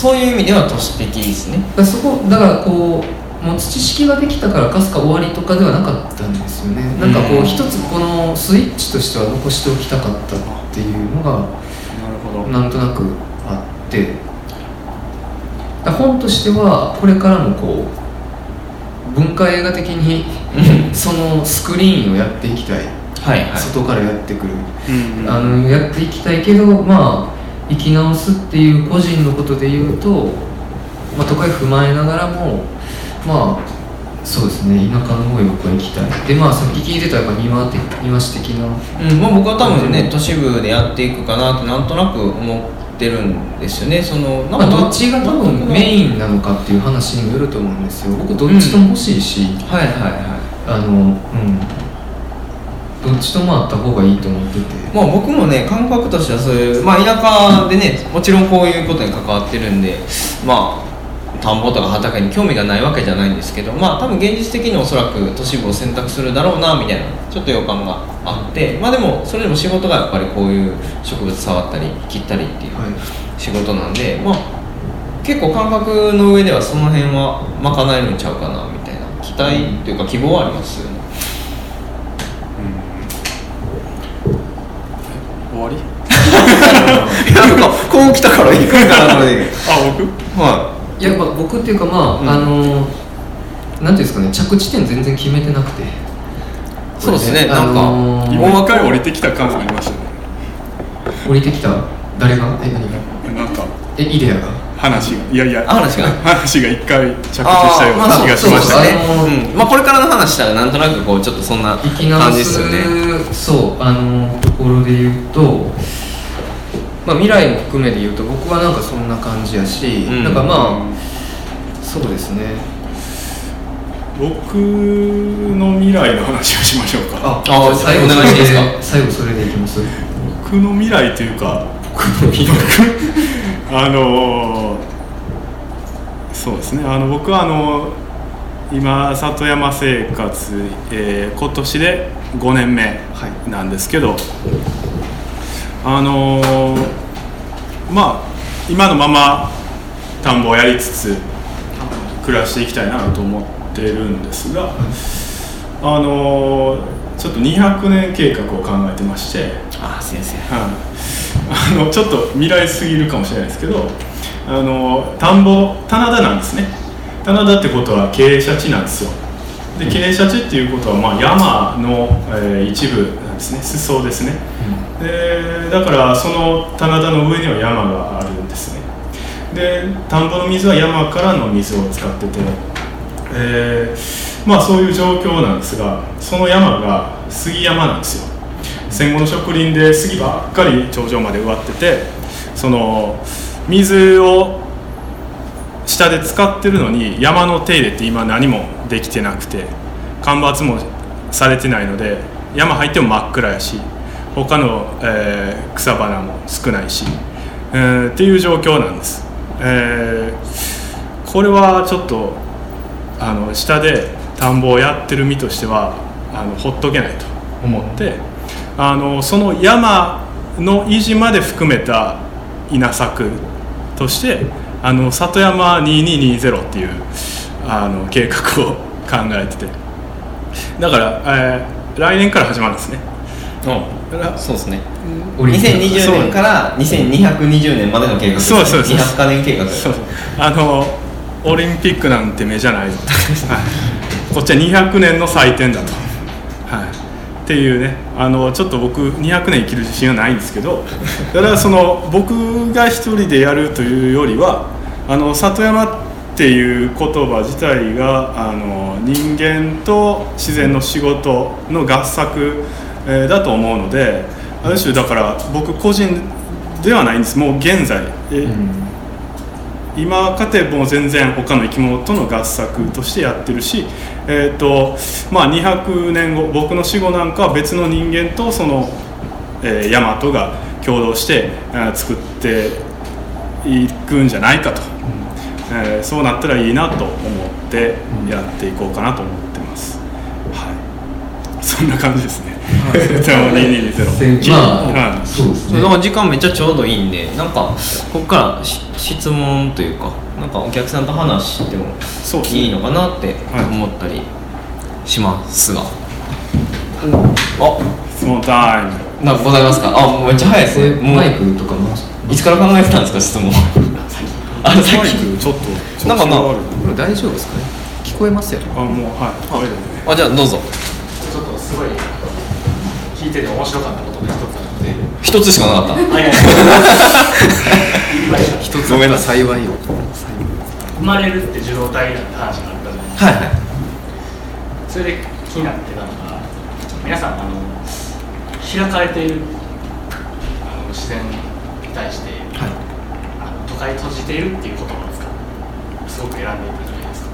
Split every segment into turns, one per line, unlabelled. そういう意味では都市的ですね
だからそこだからこう持つ知識ができたからかすか終わりとかではなかったんですよねなんかこ
う
うん一つこのスイッチとしては残しておきたかったっていうのが
なるほ
なんとなくあってだ本としてはこれからもこう文化映画的にそのスクリーンをやっていきたい、
はいはい
外からやってくる、
うん
あのやっていきたいけどまあ生き直すっていう個人のことで言うと、まあ、都会踏まえながらもまあそうですね田舎の方へ僕は行きたいでまあさっき聞いてたやっぱ庭的庭師的な
うんまあ、僕は多分ね都市部でやっていくかなってなんとなく思ってるんですよねその
まあ、どっちが多分メ
ン
インなのかっていう話にもよると思うんですよ僕どっちとも欲しいし、
はいはいはい
あのうんどっちともあった方がいいと思ってて
まあ、僕もね感覚としてはそういう、まあ、田舎でねもちろんこういうことに関わってるんでまあ田んぼとか畑に興味がないわけじゃないんですけどまあ多分現実的におそらく都市部を選択するだろうなみたいなちょっと予感があってまあでもそれでも仕事がやっぱりこういう植物触ったり切ったりっていう
はい
仕事なんでまあ結構感覚の上ではその辺は賄えるんちゃうかなみたいな期待というか希望はありますよね
終わり
なんかこう来たから行くんかなの で
あ僕
はい
やまあ僕っていうかまあ、
うん
あのなんていうんですかね着地点全然決めてなくて
そうですね、
あ
なんか、
のー
もう
今一回降りてきた感がありましたね
降りてきた誰がえ何が
なんか
えイデアが
話がいやいや
あ話が
話が一回着地し
あ
たような気がしましたね
あーまあそうそうそうあのー
うんまあこれからの話したらなんとなくこうちょっとそんな
生き直
感じです
す
よね。
そうあのところで言うと、まあ、未来も含めて言うと僕はなんかそんな感じやし、
うん
なんかまあそうですね
僕の未来の話をしましょうか
あ
あー
最後
お
そ
願い
れ
していいですか
で最後それでいきます
僕の未来というかあのーそうですねあの僕はあの今里山生活、えー今年で5年目なんですけど、あのーまあ今のまま田んぼをやりつつ暮らしていきたいなと思ってるんですが、あのーちょっと200年計画を考えてまして。
あ先生。
はい、あのちょっと未来すぎるかもしれないですけどあの田んぼ棚田なんですね棚田ってことは傾斜地なんですよで傾斜地っていうことは、まあ、山の、えー一部なんですね裾ですね、でだからその棚田の上には山があるんですねで田んぼの水は山からの水を使ってて、えーまあそういう状況なんですがその山が杉山なんですよ戦後の植林で杉ばっかり頂上まで植わっててその水を下で使ってるのに山の手入れって今何もできてなくて間伐もされてないので山入っても真っ暗やし他の、えー草花も少ないし、えーっていう状況なんです、えーこれはちょっとあの下で田んぼをやってる身としてはあのほっとけないと思ってあのその山の維持まで含めた稲作としてあの里山2220っていうあの計画を考えててだから、えー来年から始まるんですね
うん。そうですね。
オリンピック
2020年から2220年までの計画ですね。
そうそうそう
200カ年計画。
そうあのオリンピックなんて目じゃないぞ、はい、こっちは200年の祭典だと、はい、っていうねあのちょっと僕200年生きる自信はないんですけどただその僕が一人でやるというよりはあの里山っていう言葉自体があの人間と自然の仕事の合作、えーだと思うのである種だから僕個人ではないんですもう現在、え
うん
今かてもう全然他の生き物との合作としてやってるし、えーとまあ、200年後僕の死後なんかは別の人間とその、えー、大和が共同して、えー作っていくんじゃないかと、えーそうなったらいいなと思ってやっていこうかなと思ってます、はい、そんな感じですねじゃあもう2220
せま
は
あ
い
そうです
そう
ね
なんか時間めっちゃちょうどいいんでなんかここからし質問というかなんかお客さんと話しても
そうっすね
いいのかなって
はい
思ったりしますが、
質問タイム
あなんかございますかあもうめっちゃ早いです
そういう
ねも
マイ
う
クとかも
いつから考えてたんですか質問あ
マ
の
イ
さっき
クちょっと
なんかまあ
調子が悪い
これ大丈夫ですかね聞こえますよ
あもうはいこれで
あじゃあどうぞ
ちょっとすごい聞いてて面白かったことが一つあって
一つしかなかっ
一つごめんな幸いよ
生まれるって受動体だって話があったじゃないです
たはいはい
かそれで気になってたのが皆さんあの開かれているあの自然に対して、あの都会閉じているっていう言葉を使うすごく選んでいたじゃないですか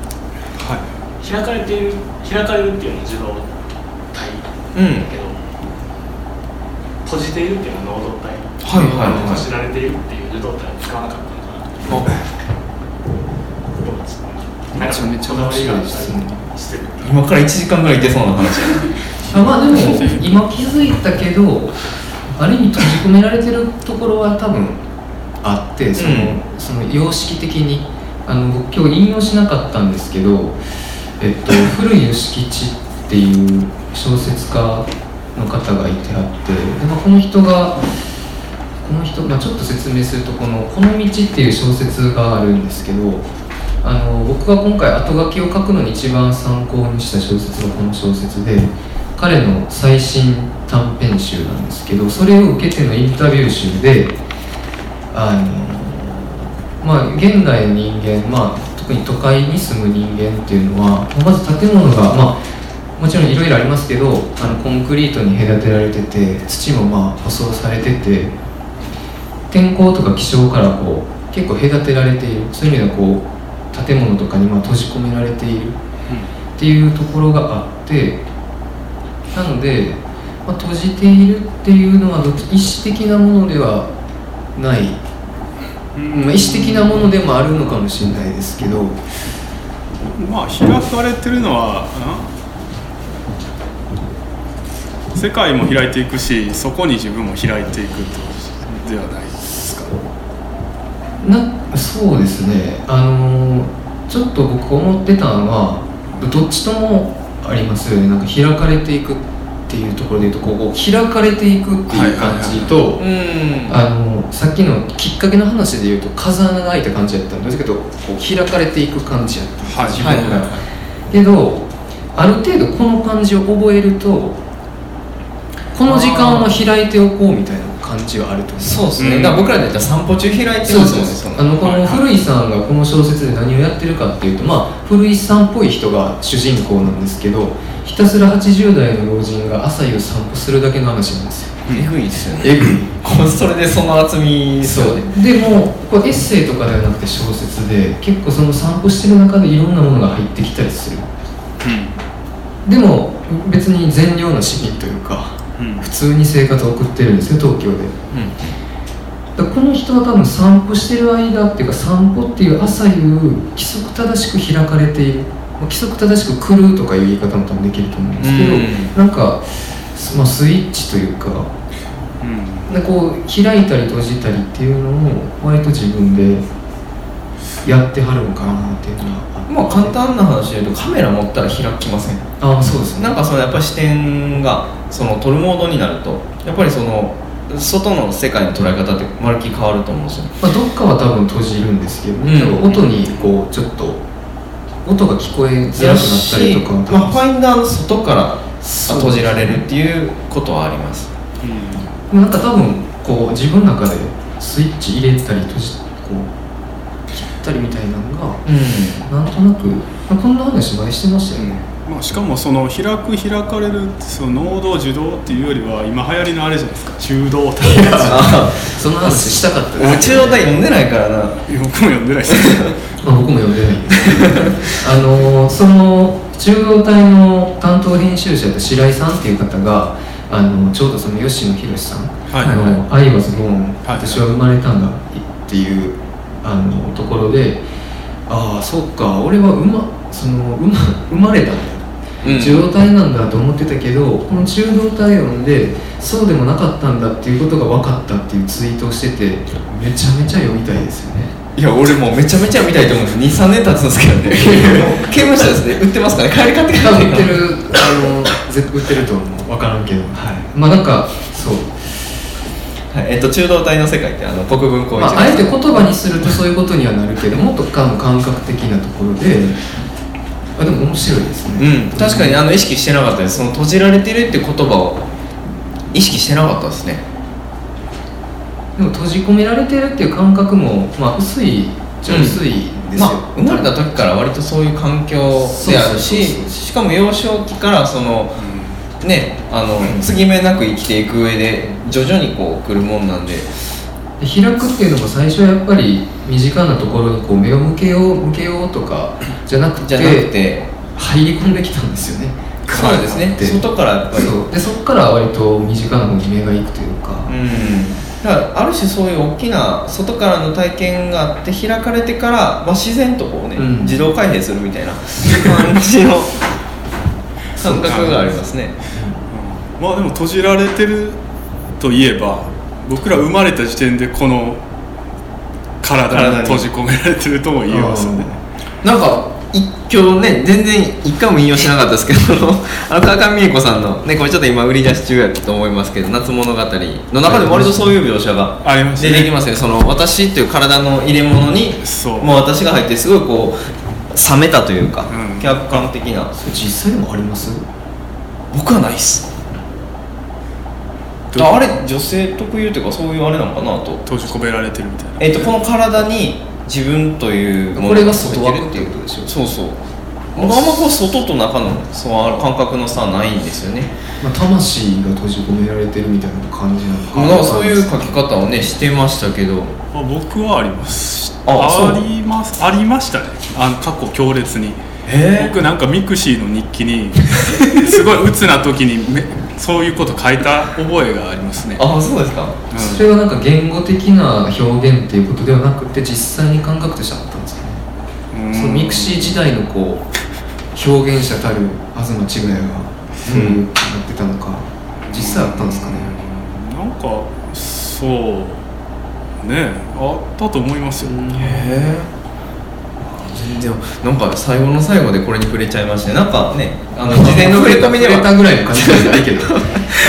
は
開かれている開かれるっていうのは受動体
うん
だけど、閉じているっていうのは能動体
はいはいはい
閉じられているっていう受動体を使わなかったのかなってどうですかな
め
んか
ちゃめちゃ面白いですね
してる
今から1時間ぐらいいけそうな話
あまあでも今気づいたけどある意味閉じ込められてるところは多分あってその,、その様式的にあの僕今日引用しなかったんですけど「えっと、古い吉吉」っていう小説家の方がいてあってで、まあ、この人がこの人、まあ、ちょっと説明するとこの「この道」っていう小説があるんですけどあの僕が今回後書きを書くのに一番参考にした小説がこの小説で彼の最新短編集なんですけどそれを受けてのインタビュー集であのまあ現代の人間、まあ、特に都会に住む人間っていうのはまず建物が、まあ、もちろんいろいろありますけどあのコンクリートに隔てられてて土もまあ舗装されてて天候とか気象からこう結構隔てられているそういう意味ではこう建物とかにまあ閉じ込められているっていうところがあってなので、まあ、閉じているっていうのはどっち意思的なものではない、まあ、意思的なものでもあるのかもしれないですけど
いまあ開かれてるのはん世界も開いていくしそこに自分も開いていくってことではないですか
なそうですねあのーちょっと僕思ってたのはどっちともありますよねなんか開かれていくっていうところでいうとこうこう開かれていくっていう感じと、
うん
あのさっきのきっかけの話で言うと風穴が開いた感じやったんですけどこう開かれていく感じやった
はい
自分が、けどある程度この感じを覚えるとこの時間は開いておこうみたいな感じはあると思う
そうですね、だから僕らで言ったら散歩中開いてます
そ
も
う
んね
そう
そ
そう
の
あのこの古井さんがこの小説で何をやってるかっていうとまあ古井さんっぽい人が主人公なんですけどひたすら80代の老人が朝夕散歩するだけの話なんですよ
えぐいですよね
えぐい
こうそれでその厚みです
そ
よ
う
ね
でもこれエッセイとかではなくて小説で結構その散歩してる中でいろんなものが入ってきたりするでも別に善良な市民というか
うんうん
普通に生活を送ってるんですよ東京で
う
だからこの人は多分散歩してる間っていうか散歩っていう朝夕規則正しく開かれているまあ規則正しく来るとかいう言い方も多分できると思うんですけど、
うん
なんか、すまあ、スイッチというか
うん
でこう開いたり閉じたりっていうのを割と自分でやってはるのかなっていうのは
んまあ簡単な話で言うとカメラ持ったら開きません
ああそうですね
なんかそのやっぱり視点がその撮るモードになるとやっぱりその外の世界の捉え方ってまるっきり変わると思うんですよね
まあ、どっかは多分閉じるんですけど、
うん
多分音にこうちょっと音が聞こえづらくなったりとかも
まあ、ファインダーの外から閉じられるっていうことはあります
う
なんか多分こう自分の中でスイッチ入れたり閉じこう切ったりみたいなのが
うん
なんとなく、まあ、こんな話前してましたよね、
んまあ、しかもその開く開かれるってその能動受動っていうよりは今流行りのあれじゃないですか中道 体
あ
その話したかった
あ中央大読んでないからな
僕も読んでないですけど
まあ、僕も読んでない んであのその中央体の担当編集者の白井さんっていう方があのちょうどその吉野博さん「
はい
あのアイワズボーン
はい
私は生まれたんだ」っていうあのところでああそうか俺は生まその生ま生まれたんだ
うん
受動体なんだと思ってたけどこの中動体音でそうでもなかったんだっていうことが分かったっていうツイートをしててめちゃめちゃ読みたいですよね
いや俺もうめちゃめちゃ見たいと思うんです23年経つんですけどねもう刑務所ですね売ってますからね帰り買って帰
多分売
っ
ってて
る
るあのぜ売ってると思う分からんけどはいまあなんかそう
はい、えっと中道体の世界ってあの国分光
ま
一
あ、あえて言葉にするとそういうことにはなるけどもっとかの感覚的なところであでも面白いですね
うん確かにあの意識してなかったですその閉じられてるって言葉を意識してなかったですね
でも閉じ込められてるっていう感覚も、まあ、薄いじゃ
うん
薄いんですよ、
まあ、生まれた時から割とそういう環境であるし
そうそうそうそう
しかも幼少期からそのねあの、継ぎ目なく生きていく上で徐々にこう来るもんなんで
で開くっていうのも最初はやっぱり身近なところにこう目を向けよう向けようとかじゃなくて
じゃなくて
入り込んできたんですよね
そうですね
で
外からやっぱり
そうでそこから割と身近な方に目がいくというか、
うん、だからある種そういう大きな外からの体験があって開かれてから、まあ、自然とこうね、
うん
自動開閉するみたいな感じの感覚がありますね
まあでも閉じられてるといえば僕ら生まれた時点でこの体に閉じ込められてるとも言えますよね
なんか一今日ね全然一回も引用しなかったですけど あの川上美恵子さんの、ね、これちょっと今売り出し中やと思いますけど「夏物語」の中でも割とそういう描写が
ありました
出
ね
てきますねその私っていう体の入れ物に
そう
もう私が入ってすごいこう冷めたというか、
うん
客観的な
それ実際でもあります
僕はないっす
どう
ああれ女性特有っていうかそういうあれなのかなと,、
閉じ込められてるみたいな
えっとこの体に自分というもの
これが外枠
入
っ
ってて
い
る
うことでしょ
そうそう僕あんまこう外と中のその感覚の差ないんですよね
まあ、魂が閉じ込められてるみたいな感じなのか
なんかそういう書き方をねしてましたけど
あ僕はあります
あそう
ありますありましたねあの過去強烈に
え
僕なんかミクシーの日記にすごい鬱な時にめそういうこと書いた覚えがありますね
あそうですか
うん
それはなんか言語的な表現っていうことではなくて実際に感覚としてあったんですよね、
うん
そのミクシー時代のこう表現者たる東千ヶ谷がそういうなってたのか、実際あったんですかね、
なんかそうねあったと思いますよ、
へえ全然なんか最後の最後でこれに触れちゃいましてなんかねあ の事前の触れ込みでは
触れたぐらいの感じじゃないけど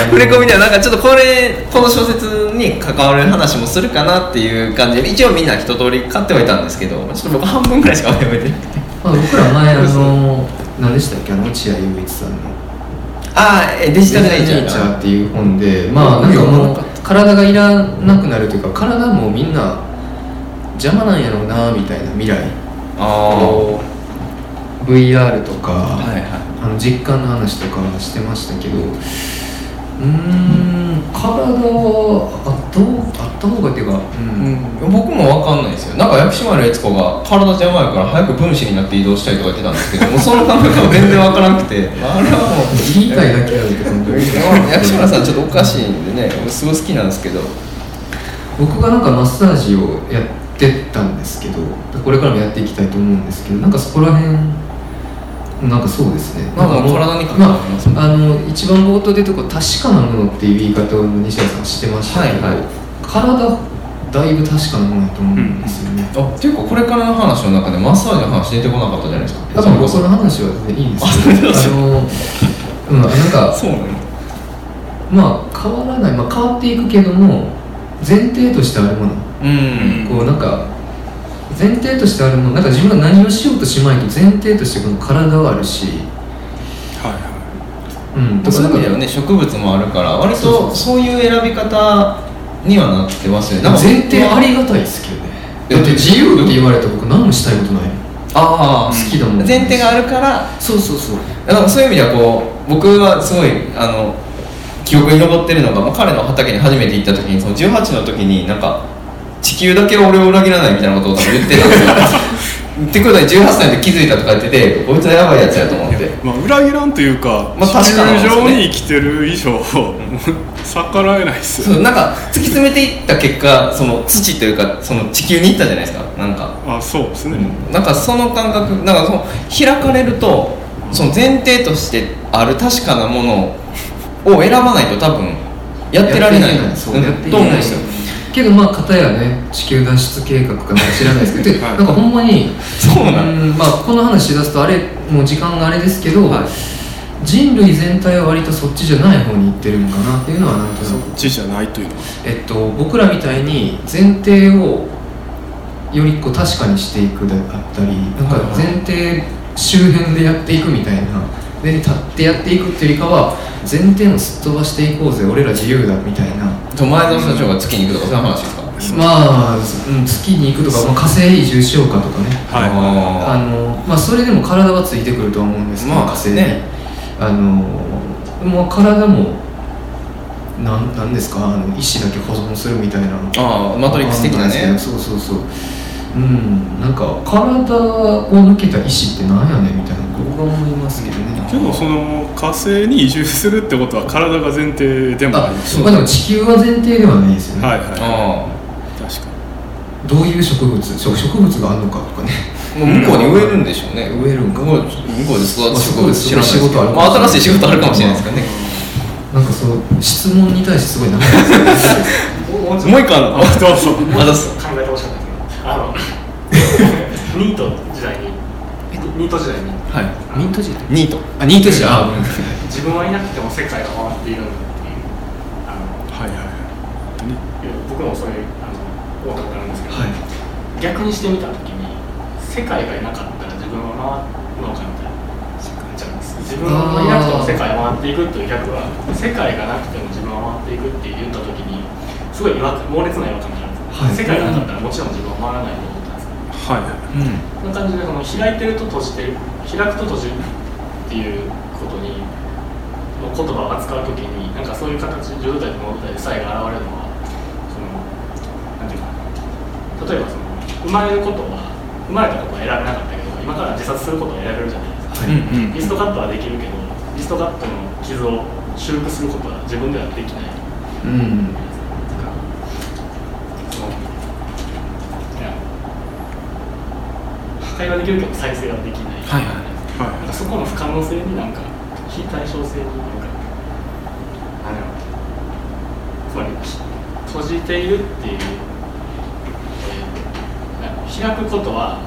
触れ込みで
で
はなんかちょっとこれこの小説に関わる話もするかなっていう感じで一応みんな一通り買ってはいたんですけどちょっと僕半分ぐらいしか買ってはいてなくて
まあ、僕ら前あの何でしたっけあの落合陽一さんの
ああデ
デ
ジ
ジ
タ
タル
ル
ネ
ネ
イ
イ
チ
チ
ャ
ャ
ー
ー
っていう本でまあなんかもう体がいらなくなるというか体もみんな邪魔なんやろうなみたいな未来
あ
こう VR とか、
あはいは
あの実感の話とかしてましたけどうーん体はあった方あった方がっていうか、うん
い、僕も分かんないですよなんか薬師丸悦子が体邪魔やから早く分子になって移動したいとか言ってたんですけどもうその感覚は全然分からなく てあれはもう
言いたいだけやろって感じ
薬師丸さんちょっとおかしいんでね僕すごい好きなんですけど
僕がなんかマッサージをやってたんですけどこれからもやっていきたいと思うんですけどなんかそこら辺なんかそうですね
まあ
なんかもう
体に関
ま
わりますね
あ、あの一番冒頭で言うとこう確かなものっていう言い方を西田さんしてましたけど、
はいはい
体だいぶ確かなものだと思うんですよね、
あっていうかこれからの話の中でマッサージの話出てこなかったじゃないですか
だからその話は全然いいんですけど
あそ
あの、うん、なんか
そうなの
まあ変わらない、まあ、変わっていくけども前提としてあるもの
うん
こうなんか前提としてあるものなんか自分が何をしようとしまいと前提としてこの体はあるし、
はいは
うん、
そういう意味では
ね
ね植物もあるから割
そうそうそ
と
う
そういう選び方にはなってますよねなんか
前提ありがたいですけどね
え
だって自由って言われたら僕何もしたいことない
ああ
好きだもん
前提があるから
そうそうそう
なんかそういう意味ではこう僕はすごいあの記憶に残ってるのが、まあ、彼の畑に初めて行った時にその18の時になんか地球だけは俺を裏切らないみたいなことを多分言ってたんですよ ってことで18歳で気づいたとか言っててこいつはやばいやつやと思って
いまあ、裏切らんというか、
まあ確かなんです
地
よね
球上に生きてる以上、逆らえないです
そ
よ
うなんか突き詰めていった結果その土というかその地球に行ったじゃないですかなんか
あそうですね、
なんかその感覚なんかその開かれるとその前提としてある確かなものを選ばないと多分やってられない
そううんやってい
と
け
思うん
な
で
い
すよ
けどまあ片やね地球脱出計画かなんか知らないですけ どで
はい
なんかほんまに
そうなの
んまあこの話しだすとあれもう時間があれですけど、
はい
人類全体は割とそっちじゃない方に行ってるのかなっていうのはなんとなく
っちじゃないというのは
えっと、僕らみたいに前提をよりこう確かにしていくであったりなんか
はいはい
前提周辺でやっていくみたいなで立ってやっていくっていうよりかは前提もすっ飛ばしていこうぜ俺ら自由だみたいな
と前澤社長が月に行くとかそういう話ですか
まあ、うん、月に行くとか、まあ、火星移住しようかとかね
は
あ
あ
の、まあ、それでも体はついてくるとは思うんですけど、
まあ
火星に、
ね
あのもう体もなんなんですかあの意志だけ保存するみたいな
ああマトリックス的なね
そうそうそううんなんか体を抜けた意志ってなんやねんみたいな僕は思いますけどね
いでもその火星に移住するってことは体が前提でもあ
あ
ります
そうまあでも地球は前提ではないですよね、
はいはい
あ
確か
どういう植物植植物があるのかとかね
あもう向こうに植えるんでしょうね
植えるんか
向こう向こうで育つ植
ま
物知ら
あ
ないですけ
そういう仕事あ
ど
る
まあ新しい仕事あるかもしれないですからね
なんかそう質問に対してすごい長い ですよね
もうちょっと
もう一個あるの
あどうぞ
あどうぞ
考えてほしかったんですけどあのニート時代にニート時代に
は
ミントジェット
いニート
あニートジェットあ
自分はいなくても世界が回っているんだっていうあの
はいはいはいね
いや僕もそれあの思ったことあるんですけど、
はい
逆にしてみた時に世界がいなかったら自分は回るのかみたいなじゃあ自分はいなくても世界は回っていくという逆は世界がなくても自分は回っていくって言った時にすごい違和感猛烈な違和感じゃないですか、
はい
世界がなかったらもちろん自分は回らないと思ったんです
は
けど
いはい
うん
そんな感じでその開いてると閉じてる開くと閉じるっていうことにの言葉を扱う時になんかそういう形10代と50代で差異が現れるのはそのなんていうかな例えばその生まれることは生まれたことは選べなかったけど今から自殺することは選べるじゃないで
うんうん
すかリストカットはできるけどリストカットの傷を修復することは自分ではできない
うん
そのいや破壊はできるけど再生はできない、
はいはい
は
なんかそこの不可能性になんか非対称性になんかあのつまりき閉じているっていう、えーなんか開くことは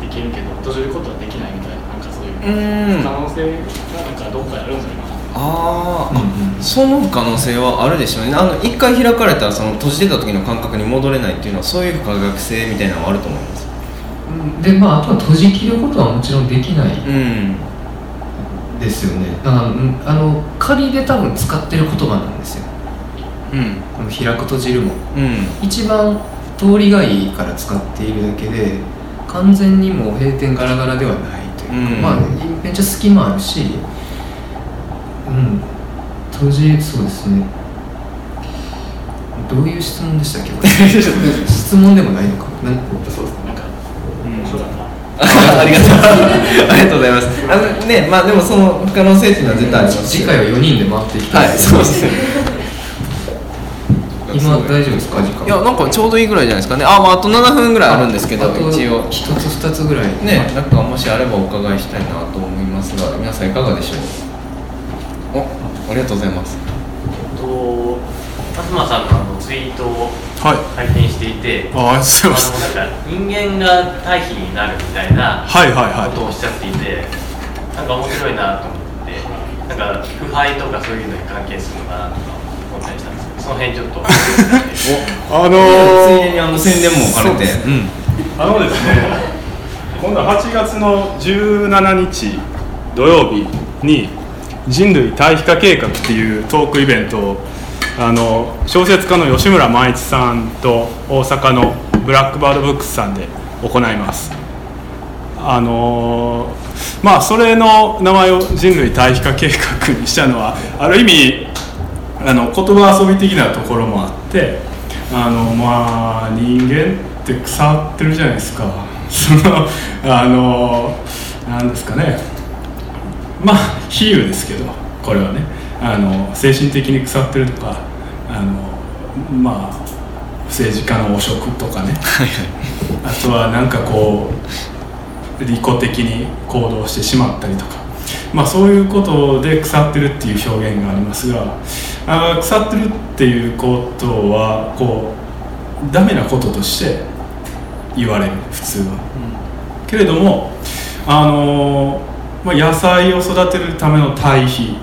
できるけど閉じることはできないみたいななんかそういう
うーん
不可能性がなんかどっかにあるんじゃないかな
あーあ、
うんうん
その可能性はあるでしょうねあの一回開かれたらその閉じてた時の感覚に戻れないっていうのはそういう不可逆性みたいなのはあると思います
でまあ、あとは閉じ切ることはもちろんできない
うん
ですよねだからうんあの仮で多分使ってる言葉なんですよ
うん
この開く閉じるも
うん
一番通りがいいから使っているだけで完全にもう閉店ガラガラではないというか、
うん
まあめっちゃ隙間あるしうん閉じそうですねどういう質問でしたっけこれ質問でもないのかなんか
そうですねなんか面白かった
あありがとうございます。ありがとうございます。あのね、まあでもその不可能性っていうのは絶対あります。
次回は4人で回っていきたい
はい、そうですね。
今大丈夫ですか時間
いやなんかちょうどいいぐらいじゃないですかね。あ、まああと7分ぐらいあるんですけど、
あと
一応
一つ二つぐらい
ね、なんかもしあればお伺いしたいなと思いますが、皆さんいかがでしょう。お、ありがとうございます。
えっと東さんのあのツイートを
いはい
拝見していて、
あありがとうご
あのな
ざいます
んか人間が対比になるみたいな
はいはい
こ
は
とをおっしゃっていて、なんか面白いなと思って、なんか腐敗とかそういうのに関係するのかなとか思ったりしたんですけど、その辺ちょっと
いあの
つ
ー
いでにあの宣伝も兼ねて、うん。
あのですね、今度は8月の17日土曜日に人類対比化計画っていうトークイベントをあの小説家の吉村万一さんと大阪のブラックバードブックスさんで行います。あのーまあそれの名前を人類対比化計画にしたのはある意味あの言葉遊び的なところもあってあのまあ人間って腐ってるじゃないですか そのあのなんですかねまあ比喩ですけどこれはねあの精神的に腐ってるとかあのまあ政治家の汚職とかねあとはなんかこう利己的に行動してしまったりとかまあ、そういうことで腐ってるっていう表現がありますがあー腐ってるっていうことはこうダメなこととして言われる普通は、けれどもあのーまあ、野菜を育てるための堆肥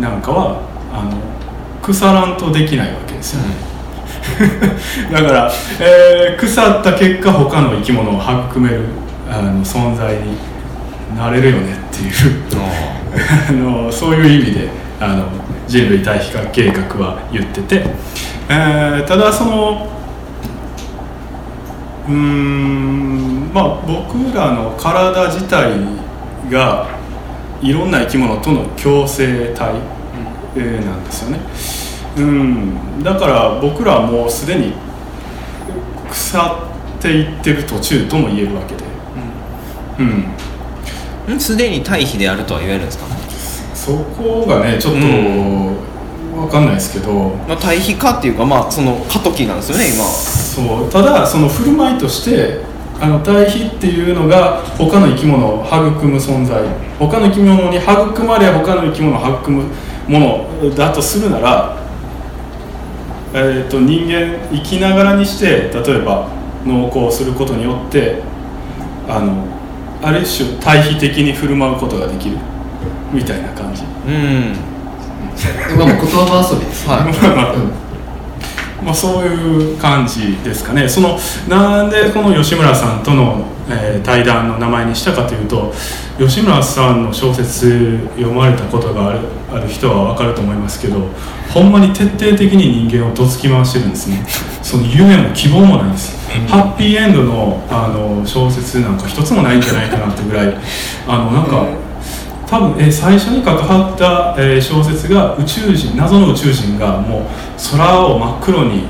なんかはあの腐らんとできないわけですよね、 だから、えー腐った結果他の生き物を含めるあの存在になれるよねっていうあのそういう意味であの人類対比化計画は言ってて、えーただそのうーんまあ僕らの体自体がいろんな生き物との共生体、えーなんですよね、うん、だから僕らはもうすでに腐っていってる途中とも言えるわけで、うん、
んすでに対比であるとは言えるんですか、
そこがねちょっと、
うん
わかんないですけど
まあ、対比化っていうかまあその過渡期なんですよね今
そうただその振る舞いとしてあの対比っていうのが他の生き物を育む存在他の生き物に育まれ他の生き物を育むものだとするなら、えー、と人間生きながらにして例えば農耕をすることによってあのある種対比的に振る舞うことができるみたいな感じ
うん
まあもう言葉遊びです、
はい
うん
まあ、そういう感じですかねそのなんでこの吉村さんとの、えー対談の名前にしたかというと吉村さんの小説読まれたことがあるある人は分かると思いますけどほんまに徹底的に人間をどつき回してるんですねその夢も希望もないんです、ハッピーエンドのあの小説なんか一つもないんじゃないかなってぐらいあのなんか、多分、えー最初に関わった、えー小説が宇宙人謎の宇宙人がもう空を真っ黒に、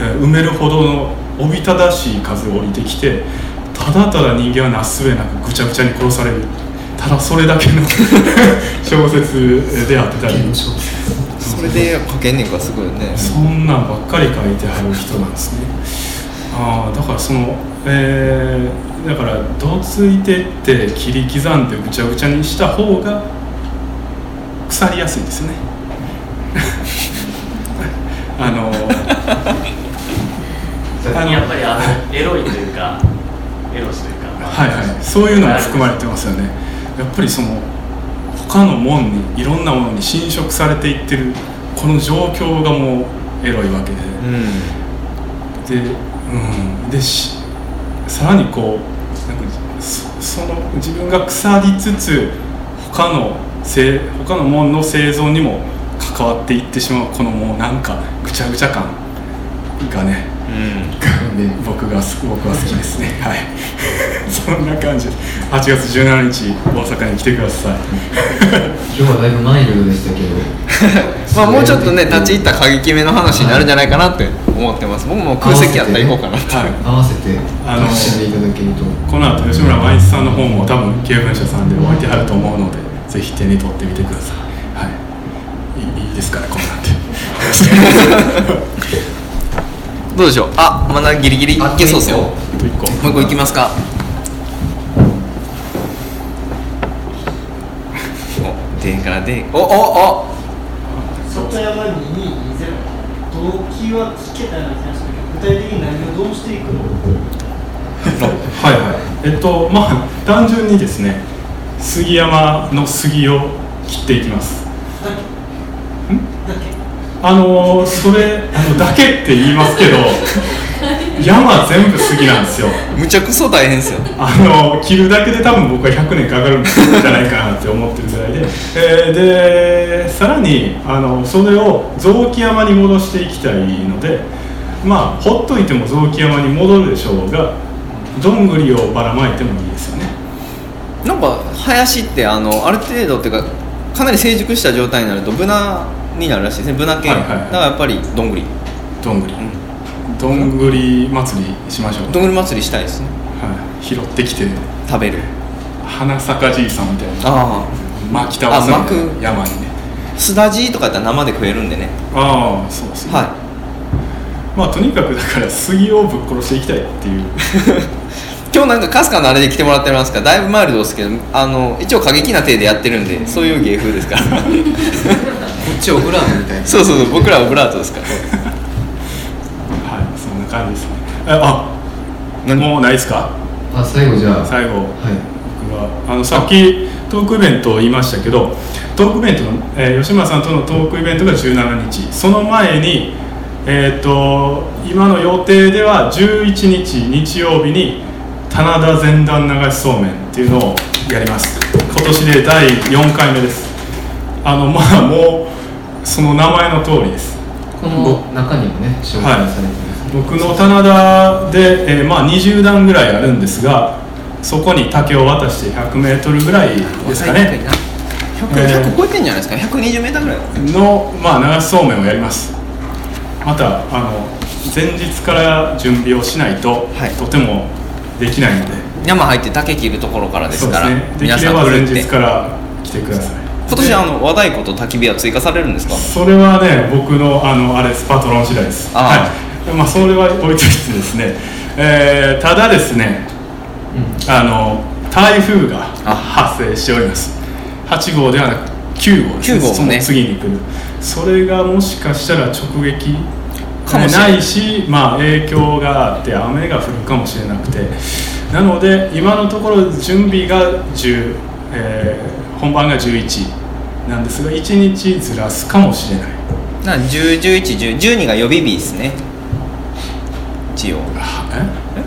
えー埋めるほどのおびただしい数を降りてきてただただ人間はなすすべなくぐちゃぐちゃに殺されるただそれだけの 小説であってたり
それで書けんねんからすごいよね
そんなんばっかり書いてはる人なんですね。ああだからその、えーだからどついてって切り刻んでぐちゃぐちゃにした方が腐りやすいんですよね。 あのあの
やっぱりあのエロいというかエロスというか、まあ
はいはい、そういうのも含まれてますよねやっぱりその他のもんにいろんなものに侵食されていってるこの状況がもうエロいわけで、
うん
で,、うん、でしさらにこうなんかそその自分が腐りつつ他のせい他のもんの生存にも関わっていってしまうこのもうなんかぐちゃぐちゃ感がね
うん
で僕がす僕は好きですねはいそんな感じです8月17日大阪に来てください
今日はだいぶマイルドでしたけど
まあもうちょっとね立ち入った過激めの話になるんじゃないかなって思ってます僕も空席やったら行こうかな
はい
合わせて
あの
楽しんでいただけると
この後吉村万一さんの方も多分経文社さんで置いてあると思うのでぜひ手に取ってみてくださいはいいいいですからこんなんで
どうでしょうあまだギリギリいけそうですよ
あ
も
と一
あと一個
う一個いきますかおでんからでんおおお
里山2 2 2 0動機は聞けたような気がするけど具体的に何をどうしていくの
はいはいえっとまあ単純にですね杉山の杉を切っていきます
だっけ
あのーそれあのだけって言いますけど山全部杉なんですよ
むちゃくそ大変ですよ
あの着るだけで多分僕は100年かかるんじゃないかなって思ってるぐらいで、えーでさらにあのそれを雑木山に戻していきたいのでまあほっといても雑木山に戻るでしょうがどんぐりをばらまいてもいいですよね
なんか林ってあのある程度っていうかかなり成熟した状態になるとブナになるらしいですねブナ系、
はいはいはい
だからやっぱりどんぐり
どんぐりどんぐり祭りしましょう、
どんぐり祭りしたいですね
はい、拾ってきて
食べる
花咲かじいさんみたいな
ああ
巻き倒すみたいな
あ巻く
山にね
すだじとかやったら生で食えるんでね
ああそうですね、
は
まあとにかくだから杉をぶっ殺していきたいっていう
い今日なんかかすかのあれで来てもらってますからだいぶマイルドですけどあの一応過激な体でやってるんでそういう芸風ですから
っちオブラートみたいな
そうそうそう僕らはブラートですから
はいそんな感じですねえあもうないですか
あ最後じゃあ
最後
はい
僕はあのさっきトークイベントを言いましたけどトークイベントの、えー吉村さんとのトークイベントが17日その前に、えー、と今の予定では11日日曜日に棚田前段流しそうめんっていうのをやります今年で第4回目ですあのまあもうその名前の通りです
この中にもね紹介されてます、
僕の棚田で、えーまあ、20段ぐらいあるんですがそこに竹を渡して 100m ぐらいですかね
100 100超えてんじゃないですか 120m ぐらい
の、まあ、流しそうめんをやりますまたあの前日から準備をしないと、
はい
とてもできないので
山入って竹切るところからですから
そうですねで
皆
き
さ
れ
ん
ば
来
前
るって
日から来てください
今年あの和太鼓と焚き火は追加されるんですか
それはね僕のあのあれですパトロン次第です
あ
はいまあ、それは置いといてですね、えーただですね、あの台風が
あ
発生しております8号ではなく9号です、
9号ね
その次に来るそれがもしかしたら直撃
かもしれない
ないし、まあ、影響があって雨が降るかもしれなくてなので今のところ準備が10、えー本番が11なんですが1日ずらすかもしれない
な10111012が予備日ですね一応
は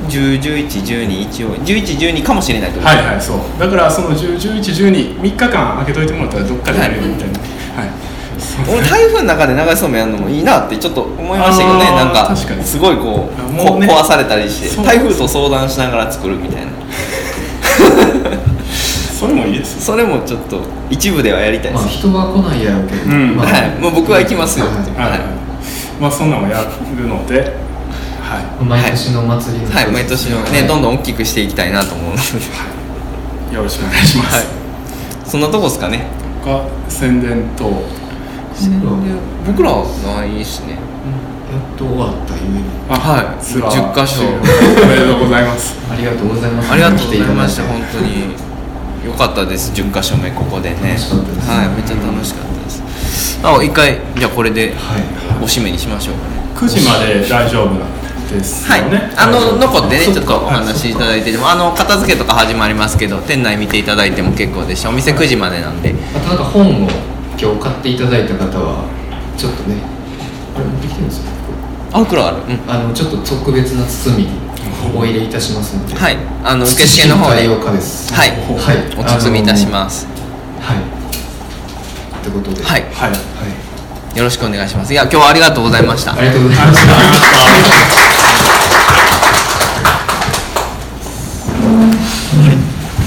101112一応1112かもしれないって
い
こと
はいそうだからその10、11、12、3日間開けといてもらったらどっかでやるよみたいな、はい
俺台風の中で流しそうめんやるのもいいなってちょっと思いましたけどね
あー
なんか
確かに
すごいこう
もうね
こ壊されたりし
そ
て
う
台風と相談しながら作るみたいな
それもいいですよ
それもちょっと一部ではやりたいで
まあ
す、
人は来ないやろうけど、
うん
まあ
はいもう僕は行きますよ
はい
って
はい、
は
まあそんなのもやるのでは
毎年のお祭りの、
い、はい、毎年のね、どんどん大きくしていきたいなと思うので、
いよろしくお願いします、
はい、そんなとこですかね
他宣伝等
僕らはないしね
やっと終わった夢に
はい
ツア
10
ー
箇所
終了おめでとうございます
ありがとうございます
ありがとうございました
来て
本
だいて
当に良かったです10か所目ここでね
楽しかったです
はいめっちゃ楽しかったですあ一回じゃあこれで
はい
おしめにしましょうかね
9時まで大丈夫なんです
はい
よね、
あ
大丈
の
夫
残ってね
そ
ちょっとお
はい
話いただいててもあの片付けとか始まりますけど店内見ていただいても結構でしたお店9時までなんで
あとなんか本を今日買っていただいた方はちょっとねあれ持ってきてるんですよ
あ袋あるうん
あのちょっと特別な包みにお入れいたしますので
はいあの受付の方
で
で
用です
はい
はい
お包みいたし
す
ます
はいってことで
は
はい
い
はい
よろしくお願いしますいや今日はありがとうございました
ありがとうございました